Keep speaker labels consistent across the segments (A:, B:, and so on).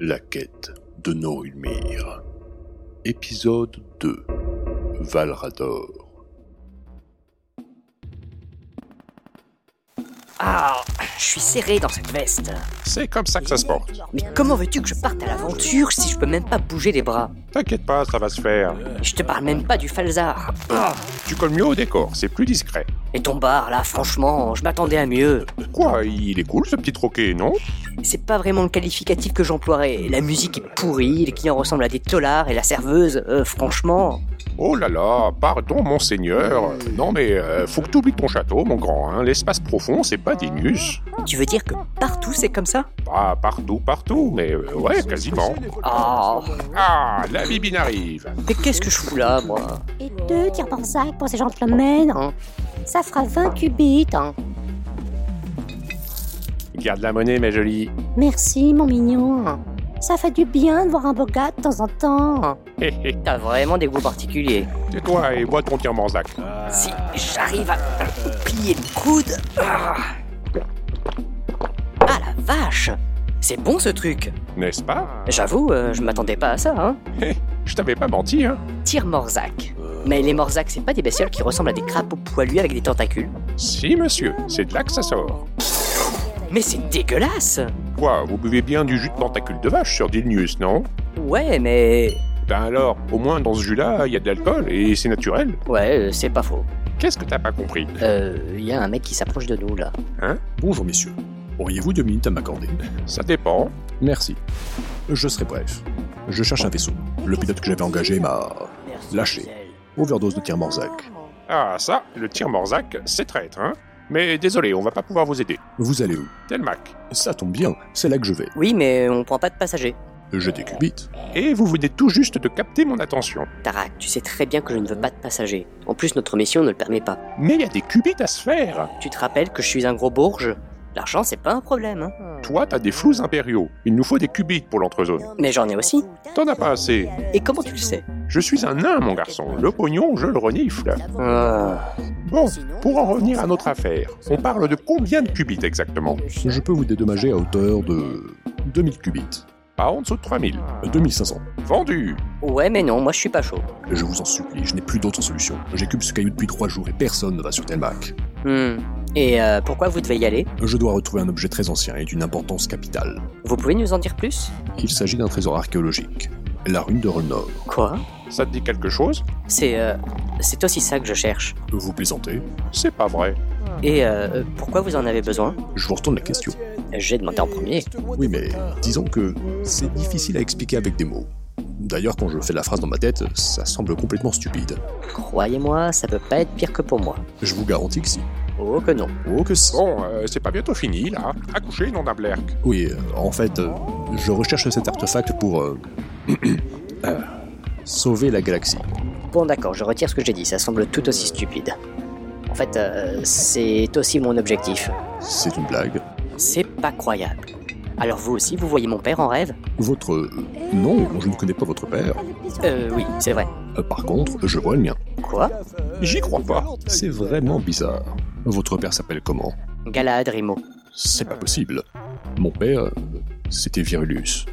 A: La quête de Norulmir. Épisode 2. Valrador.
B: Ah, je suis serré dans cette veste.
C: C'est comme ça que ça se porte.
B: Mais comment veux-tu que je parte à l'aventure si je peux même pas bouger les bras
C: T'inquiète pas, ça va se faire.
B: Et Je te parle même pas du falzar. Ah,
C: Tu colles mieux au décor, c'est plus discret.
B: Et ton bar, là, franchement, je m'attendais à mieux.
C: Quoi, il est cool ce petit troquet, non
B: C'est pas vraiment le qualificatif que j'emploierais. La musique est pourrie, les clients ressemblent à des tolards et la serveuse, euh, franchement.
C: Oh là là, pardon monseigneur. Non mais, euh, faut que t'oublies ton château, mon grand. hein. L'espace profond, c'est pas des nus.
B: Tu veux dire que partout c'est comme ça
C: Pas partout, partout, mais euh, ouais, quasiment.
B: Ah,
C: Ah, la bibine arrive.
B: mais qu'est-ce que je fous là, moi
D: Et deux tirs par sac pour ces gentlemen. hein. Ça fera 20 cubits. hein.
C: Garde la monnaie, ma jolie.
D: Merci, mon mignon. hein. Ça fait du bien de voir un beau gars de temps en temps. hein.
C: Hé hé,
B: T'as vraiment des goûts particuliers.
C: tais-toi et bois ton tir Manzac.
B: Si j'arrive à plier le coude. Ah, Ah, la vache C'est bon ce truc
C: N'est-ce pas
B: J'avoue, euh, je m'attendais pas à ça, hein.
C: Je t'avais pas menti, hein
B: Tire Morzac. Mais les Morzac, c'est pas des bestioles qui ressemblent à des crapauds poilus avec des tentacules.
C: Si, monsieur, c'est de là que ça sort.
B: Mais c'est dégueulasse
C: Quoi, vous buvez bien du jus de tentacule de vache sur Dilnius, non
B: Ouais, mais.
C: Ben alors, au moins dans ce jus-là, il y a de l'alcool et c'est naturel.
B: Ouais, euh, c'est pas faux.
C: Qu'est-ce que t'as pas compris
B: Euh, y a un mec qui s'approche de nous, là.
E: Bonjour messieurs. Auriez-vous deux minutes à m'accorder
C: Ça dépend.
E: Merci. Je serai bref. Je cherche un vaisseau. Le pilote que j'avais engagé m'a Lâché.
B: Gisèle.
E: overdose de tir Morzac.
C: Ah ça, le tir Morzac, c'est traître, hein Mais désolé, on va pas pouvoir vous aider.
E: Vous allez où
C: Telmac.
E: Ça tombe bien, c'est là que je vais.
B: Oui, mais on prend pas de passagers.
E: J'ai des qubits.
C: Et vous venez tout juste de capter mon attention.
B: Tarak, tu sais très bien que je ne veux pas de passagers. En plus, notre mission ne le permet pas.
C: Mais il y a des qubits à se faire
B: Tu te rappelles que je suis un gros bourge L'argent, c'est pas un problème, hein.
C: Toi, t'as des flous impériaux. Il nous faut des qubits pour l'entrezone.
B: Mais j'en ai aussi.
C: T'en as pas assez.
B: Et comment tu le sais
C: Je suis un nain, mon garçon. Le pognon, je le renifle.
B: Ah.
C: Bon, pour en revenir à notre affaire, on parle de combien de qubits exactement
E: Je peux vous dédommager à hauteur de 2000 qubits.
C: Pas en dessous de 3000.
E: 2500.
C: Vendu
B: Ouais, mais non, moi je suis pas chaud.
E: Je vous en supplie, je n'ai plus d'autre solution. J'écume ce caillou depuis trois jours et personne ne va sur Telmac.
B: Hmm. Et euh, pourquoi vous devez y aller
E: Je dois retrouver un objet très ancien et d'une importance capitale.
B: Vous pouvez nous en dire plus
E: Il s'agit d'un trésor archéologique. La rune de Rolnor.
B: Quoi
C: Ça te dit quelque chose
B: C'est euh, c'est aussi ça que je cherche.
E: Vous plaisantez
C: C'est pas vrai.
B: Et euh, pourquoi vous en avez besoin
E: Je vous retourne la question.
B: J'ai demandé en premier.
E: Oui, mais disons que c'est difficile à expliquer avec des mots. D'ailleurs, quand je fais la phrase dans ma tête, ça semble complètement stupide.
B: Croyez-moi, ça peut pas être pire que pour moi.
E: Je vous garantis que si.
B: Oh que non.
E: Oh que si.
C: Bon, euh, c'est pas bientôt fini, là. Accouché, non d'un blerk.
E: Oui, euh, en fait, euh, je recherche cet artefact pour... euh, euh, sauver la galaxie.
B: Bon d'accord, je retire ce que j'ai dit, ça semble tout aussi stupide. En fait, euh, c'est aussi mon objectif.
E: C'est une blague.
B: C'est pas croyable. Alors vous aussi, vous voyez mon père en rêve
E: Votre... euh, non, je ne connais pas votre père.
B: Euh oui, c'est vrai.
E: Euh, Par contre, je vois le mien.
B: Quoi
C: J'y crois pas.
E: C'est vraiment bizarre. Votre père s'appelle comment
B: Galahad Rimo.
E: C'est pas possible. Mon père, euh, c'était Virulus.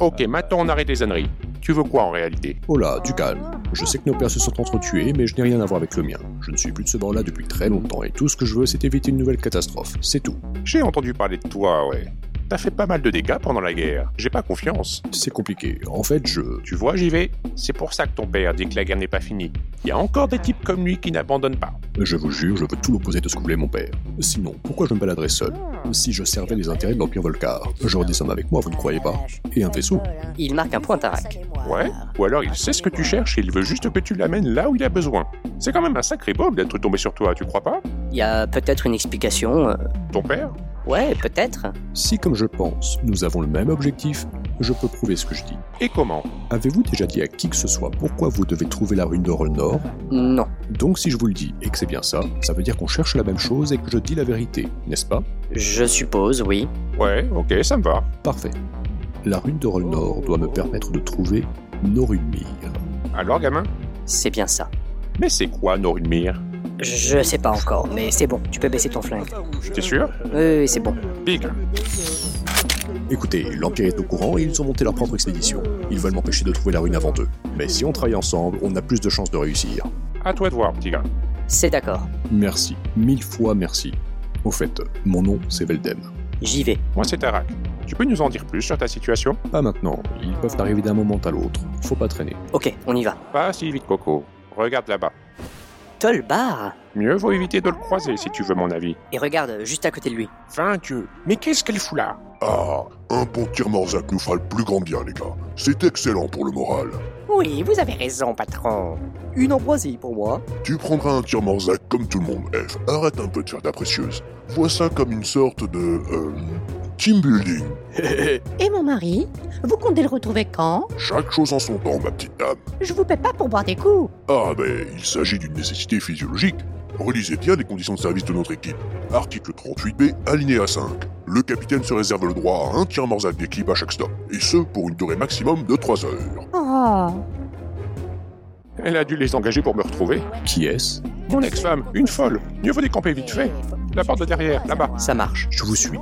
C: Ok, maintenant on arrête les âneries. Tu veux quoi en réalité
E: Oh là, du calme. Je sais que nos pères se sont entretués, mais je n'ai rien à voir avec le mien. Je ne suis plus de ce bord-là depuis très longtemps, et tout ce que je veux, c'est éviter une nouvelle catastrophe. C'est tout.
C: J'ai entendu parler de toi, ouais. T'as fait pas mal de dégâts pendant la guerre. J'ai pas confiance.
E: C'est compliqué. En fait, je...
C: Tu vois, j'y vais. C'est pour ça que ton père dit que la guerre n'est pas finie. Il y a encore des types comme lui qui n'abandonnent pas.
E: Je vous jure, je veux tout l'opposé de ce que voulait mon père. Sinon, pourquoi je me baladerais seul Si je servais les intérêts de l'Empire Volcar, j'aurais des hommes avec moi, vous ne croyez pas Et un vaisseau
B: Il marque un point Tarak.
C: Ouais Ou alors il sait ce que tu cherches et il veut juste que tu l'amènes là où il a besoin. C'est quand même un sacré bob d'être tombé sur toi, tu crois pas
B: Il y a peut-être une explication. euh,
C: Ton père
B: Ouais, peut-être.
E: Si, comme je pense, nous avons le même objectif, je peux prouver ce que je dis.
C: Et comment
E: Avez-vous déjà dit à qui que ce soit pourquoi vous devez trouver la rune de Rolnor
B: Non.
E: Donc si je vous le dis, et que c'est bien ça, ça veut dire qu'on cherche la même chose et que je dis la vérité, n'est-ce pas
B: Je suppose, oui.
C: Ouais, ok, ça me va.
E: Parfait. La rune de Rolnor doit me permettre de trouver Norunmir.
C: Alors, gamin
B: C'est bien ça.
C: Mais c'est quoi Norulmir
B: Je sais pas encore, mais c'est bon, tu peux baisser ton flingue.
C: T'es sûr
B: Oui, oui, c'est bon.
C: Big.
E: Écoutez, l'Empire est au courant et ils ont monté leur propre expédition. Ils veulent m'empêcher de trouver la ruine avant eux. Mais si on travaille ensemble, on a plus de chances de réussir.
C: À toi de voir, petit gars.
B: C'est d'accord.
E: Merci, mille fois merci. Au fait, mon nom, c'est Veldem.
B: J'y vais.
C: Moi, c'est Tarak. Tu peux nous en dire plus sur ta situation
E: Pas maintenant, ils peuvent arriver d'un moment à l'autre. Faut pas traîner.
B: Ok, on y va.
C: Pas si vite, Coco. Regarde là-bas.
B: Tolbar
C: Mieux vaut éviter de le croiser si tu veux mon avis.
B: Et regarde, juste à côté de lui.
C: Vain Dieu, mais qu'est-ce qu'elle fout là
A: Ah, un bon tir Morzac nous fera le plus grand bien, les gars. C'est excellent pour le moral.
B: Oui, vous avez raison, patron. Une ambroisie pour moi.
A: Tu prendras un tir Morzac comme tout le monde, F. Arrête un peu de faire ta précieuse. Vois ça comme une sorte de. Euh, team building.
D: Et mon mari Vous comptez le retrouver quand
A: Chaque chose en son temps, ma petite dame.
D: Je vous paie pas pour boire des coups.
A: Ah, ben, il s'agit d'une nécessité physiologique. Relisez bien les conditions de service de notre équipe. Article 38b, alinéa 5. Le capitaine se réserve le droit à un tir Morzac d'équipe à chaque stop, et ce pour une durée maximum de 3 heures.
D: Oh,
C: Elle a dû les engager pour me retrouver.
E: Qui est-ce
C: Mon ex-femme, une folle. Mieux vaut décamper vite fait. La porte de derrière, là-bas.
B: Ça marche.
E: Je vous suis.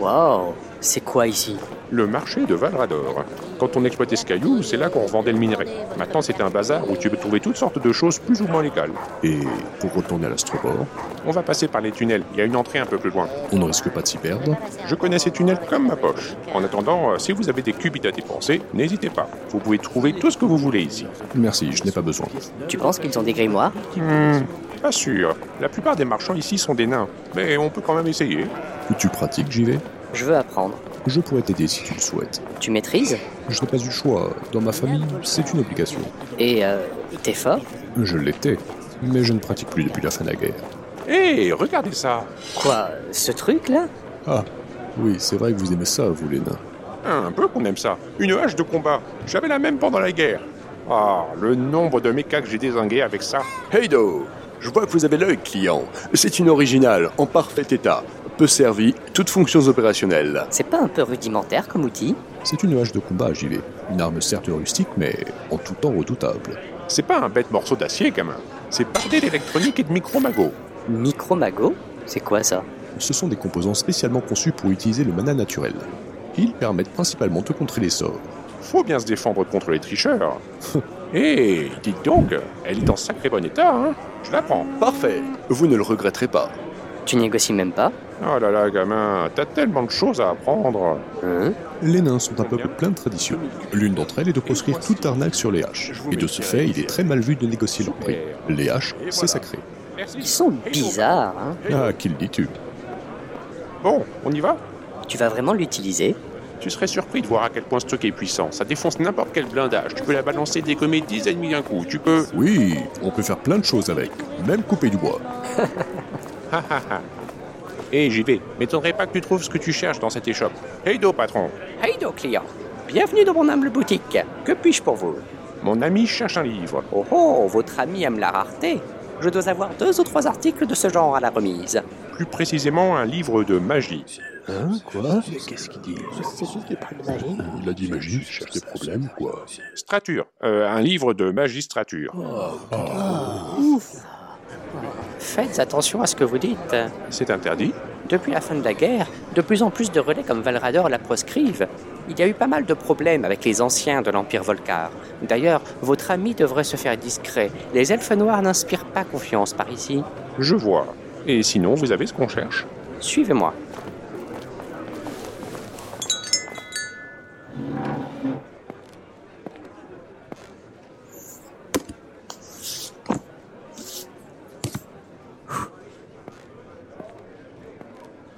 B: Waouh, c'est quoi ici
C: Le marché de Valrador. Quand on exploitait ce caillou, c'est là qu'on revendait le minerai. Maintenant, c'est un bazar où tu peux trouver toutes sortes de choses plus ou moins légales.
E: Et pour retourner à l'astroport,
C: On va passer par les tunnels. Il y a une entrée un peu plus loin.
E: on ne risque pas de s'y perdre.
C: Je connais ces tunnels comme ma poche. En attendant, euh, si vous avez des qubits à dépenser, n'hésitez pas. Vous pouvez trouver tout ce que vous voulez ici.
E: Merci, je n'ai pas besoin.
B: Tu penses qu'ils ont des grimoires
C: Hmm, pas sûr. La plupart des marchands ici sont des nains. Mais on peut quand même essayer.
E: Tu pratiques, j'y vais
B: Je veux apprendre.
E: Je pourrais t'aider si tu le souhaites.
B: Tu maîtrises
E: Je n'ai pas eu le choix. Dans ma famille, c'est une obligation.
B: Et euh, t'es fort
E: Je l'étais, mais je ne pratique plus depuis la fin de la guerre.
C: Hé, Eh, regardez ça
B: Quoi Ce truc là
E: Ah, oui, c'est vrai que vous aimez ça, vous, les nains.
C: Un peu qu'on aime ça. Une hache de combat. J'avais la même pendant la guerre. Ah, le nombre de mechas que j'ai désingués avec ça.
F: Hey do Je vois que vous avez l'œil client. C'est une originale, en parfait état. Peu servie, toutes fonctions opérationnelles.
B: C'est pas un peu rudimentaire comme outil
E: C'est une hache de combat, j'y vais. Une arme certes rustique, mais en tout temps redoutable.
C: C'est pas un bête morceau d'acier, gamin. C'est bardé d'électronique et de micro-magots.
B: Micromago C'est quoi ça
E: Ce sont des composants spécialement conçus pour utiliser le mana naturel. Ils permettent principalement de contrer les sorts.
C: Faut bien se défendre contre les tricheurs. Hé, dites donc, elle est en sacré bon état, hein Je la prends.
F: Parfait, vous ne le regretterez pas.
B: Tu négocies même pas
C: Oh là là, gamin, t'as tellement de choses à apprendre.
B: Hein
E: Les nains sont un peuple plein de traditions. L'une d'entre elles est de proscrire toute arnaque sur les haches. Et de ce fait, il est très mal vu de négocier leur prix. Les haches, c'est sacré.
B: Ils sont bizarres, hein
E: Ah, qu'il dis-tu
C: Bon, on y va
B: Tu vas vraiment l'utiliser
C: Tu serais surpris de voir à quel point ce truc est puissant. Ça défonce n'importe quel blindage. Tu peux la balancer, dégommer 10 ennemis d'un coup. Tu peux...
E: Oui, on peut faire plein de choses avec, même couper du bois.
C: Hé, Eh, j'y vais. M'étonnerait pas que tu trouves ce que tu cherches dans cette échoppe. Hey do, patron
B: Hey do, client Bienvenue dans mon humble boutique Que puis-je pour vous
C: Mon ami cherche un livre.
B: Oh oh, votre ami aime la rareté Je dois avoir deux ou trois articles de ce genre à la remise.
C: Plus précisément, un livre de magie.
E: Hein, quoi
F: Qu'est-ce qu'il dit
E: Il a dit magie, cherche des problèmes, quoi.
C: Strature. Euh, un livre de magistrature.
B: Faites attention à ce que vous dites.
C: C'est interdit
B: Depuis la fin de la guerre, de plus en plus de relais comme Valrador la proscrivent. Il y a eu pas mal de problèmes avec les anciens de l'Empire Volcar. D'ailleurs, votre ami devrait se faire discret. Les elfes noirs n'inspirent pas confiance par ici.
C: Je vois. Et sinon, vous avez ce qu'on cherche
B: Suivez-moi.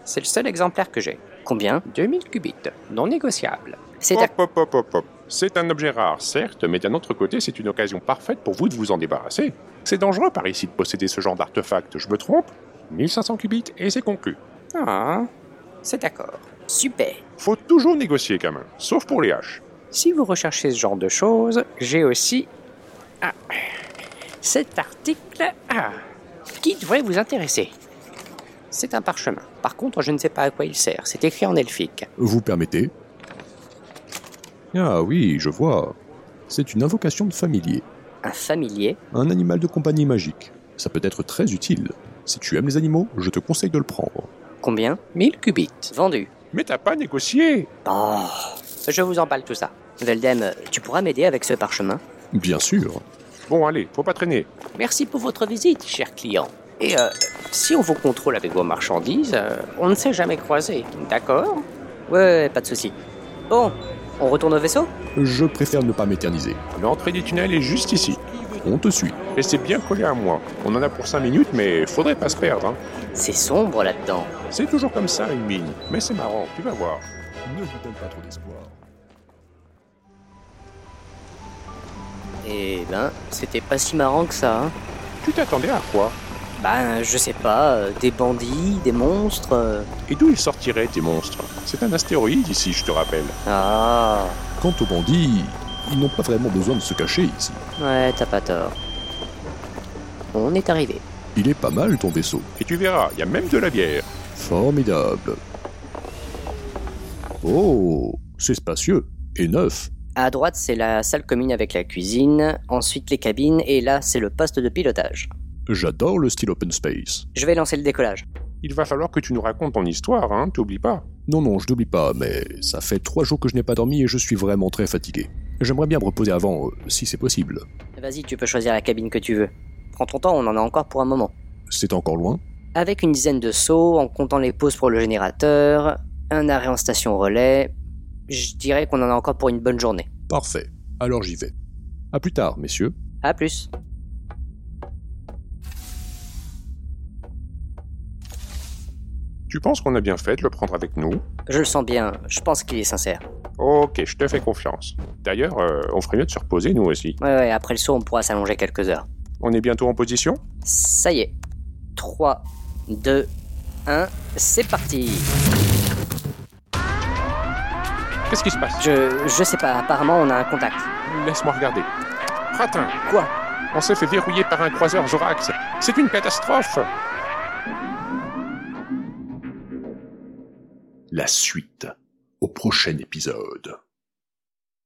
B: C'est le seul exemplaire que j'ai. Combien 2000 qubits, non négociable. Oh. C'est
C: Hop, hop, hop, hop, hop. C'est un objet rare, certes, mais d'un autre côté, c'est une occasion parfaite pour vous de vous en débarrasser. C'est dangereux par ici de posséder ce genre d'artefact, je me trompe 1500 qubits et c'est conclu.
B: Ah, c'est d'accord. Super.
C: Faut toujours négocier, gamin, sauf pour les haches.
B: Si vous recherchez ce genre de choses, j'ai aussi ah, cet article ah, qui devrait vous intéresser. C'est un parchemin. Par contre, je ne sais pas à quoi il sert. C'est écrit en elfique.
E: Vous permettez Ah oui, je vois. C'est une invocation de familier,
B: Un familier
E: un animal de compagnie magique. Ça peut être très utile. Si tu aimes les animaux, je te conseille de le prendre.
B: Combien 1000 qubits. Vendu.
C: Mais t'as pas négocié
B: Oh, je vous emballe tout ça. Veldem, tu pourras m'aider avec ce parchemin
E: Bien sûr.
C: Bon, allez, faut pas traîner.
B: Merci pour votre visite, cher client. Et euh, si on vous contrôle avec vos marchandises, euh, on ne s'est jamais croisés, d'accord Ouais, pas de souci. Bon, on retourne au vaisseau
E: Je préfère ne pas m'éterniser.
C: L'entrée du tunnel est juste ici.
E: On te suit.
C: Et c'est bien collé à moi. On en a pour 5 minutes, mais faudrait pas se perdre. hein.
B: C'est sombre là-dedans.
C: C'est toujours comme ça, une mine. Mais c'est marrant, tu vas voir.
E: Ne vous donne pas trop d'espoir.
B: Eh ben, c'était pas si marrant que ça. Hein.
C: Tu t'attendais à quoi
B: Ben, je sais pas, euh, des bandits, des monstres. euh.
C: Et d'où ils sortiraient, tes monstres C'est un astéroïde ici, je te rappelle.
B: Ah,
E: Quant aux bandits, ils n'ont pas vraiment besoin de se cacher ici.
B: ouais, t'as pas tort. On est arrivé.
E: Il est pas mal ton vaisseau.
C: Et tu verras, il y a même de la bière.
E: Formidable. Oh, c'est spacieux et neuf.
B: À droite, c'est la salle commune avec la cuisine, ensuite les cabines, et là, c'est le poste de pilotage.
E: J'adore le style open space.
B: Je vais lancer le décollage.
C: Il va falloir que tu nous racontes ton histoire, hein, t'oublies pas.
E: Non, non, je n'oublie pas, mais ça fait trois jours que je n'ai pas dormi et je suis vraiment très fatigué. J'aimerais bien me reposer avant, euh, si c'est possible.
B: Vas-y, tu peux choisir la cabine que tu veux. Prends ton temps, on en a encore pour un moment.
E: C'est encore loin
B: Avec une dizaine de sauts, en comptant les pauses pour le générateur, un arrêt en station relais, je dirais qu'on en a encore pour une bonne journée.
E: Parfait. Alors j'y vais. À plus tard, messieurs.
B: À plus.
C: Tu penses qu'on a bien fait de le prendre avec nous
B: Je le sens bien, je pense qu'il est sincère.
C: Ok, je te fais confiance. D'ailleurs, euh, on ferait mieux de se reposer, nous aussi.
B: Ouais, ouais, après le saut, on pourra s'allonger quelques heures.
C: On est bientôt en position
B: Ça y est. 3, 2, 1, c'est parti
C: Qu'est-ce qui se passe
B: Je, je sais pas, apparemment on a un contact.
C: Laisse-moi regarder. Pratin
B: Quoi
C: On s'est fait verrouiller par un croiseur Zorax. C'est une catastrophe
E: La suite au prochain épisode.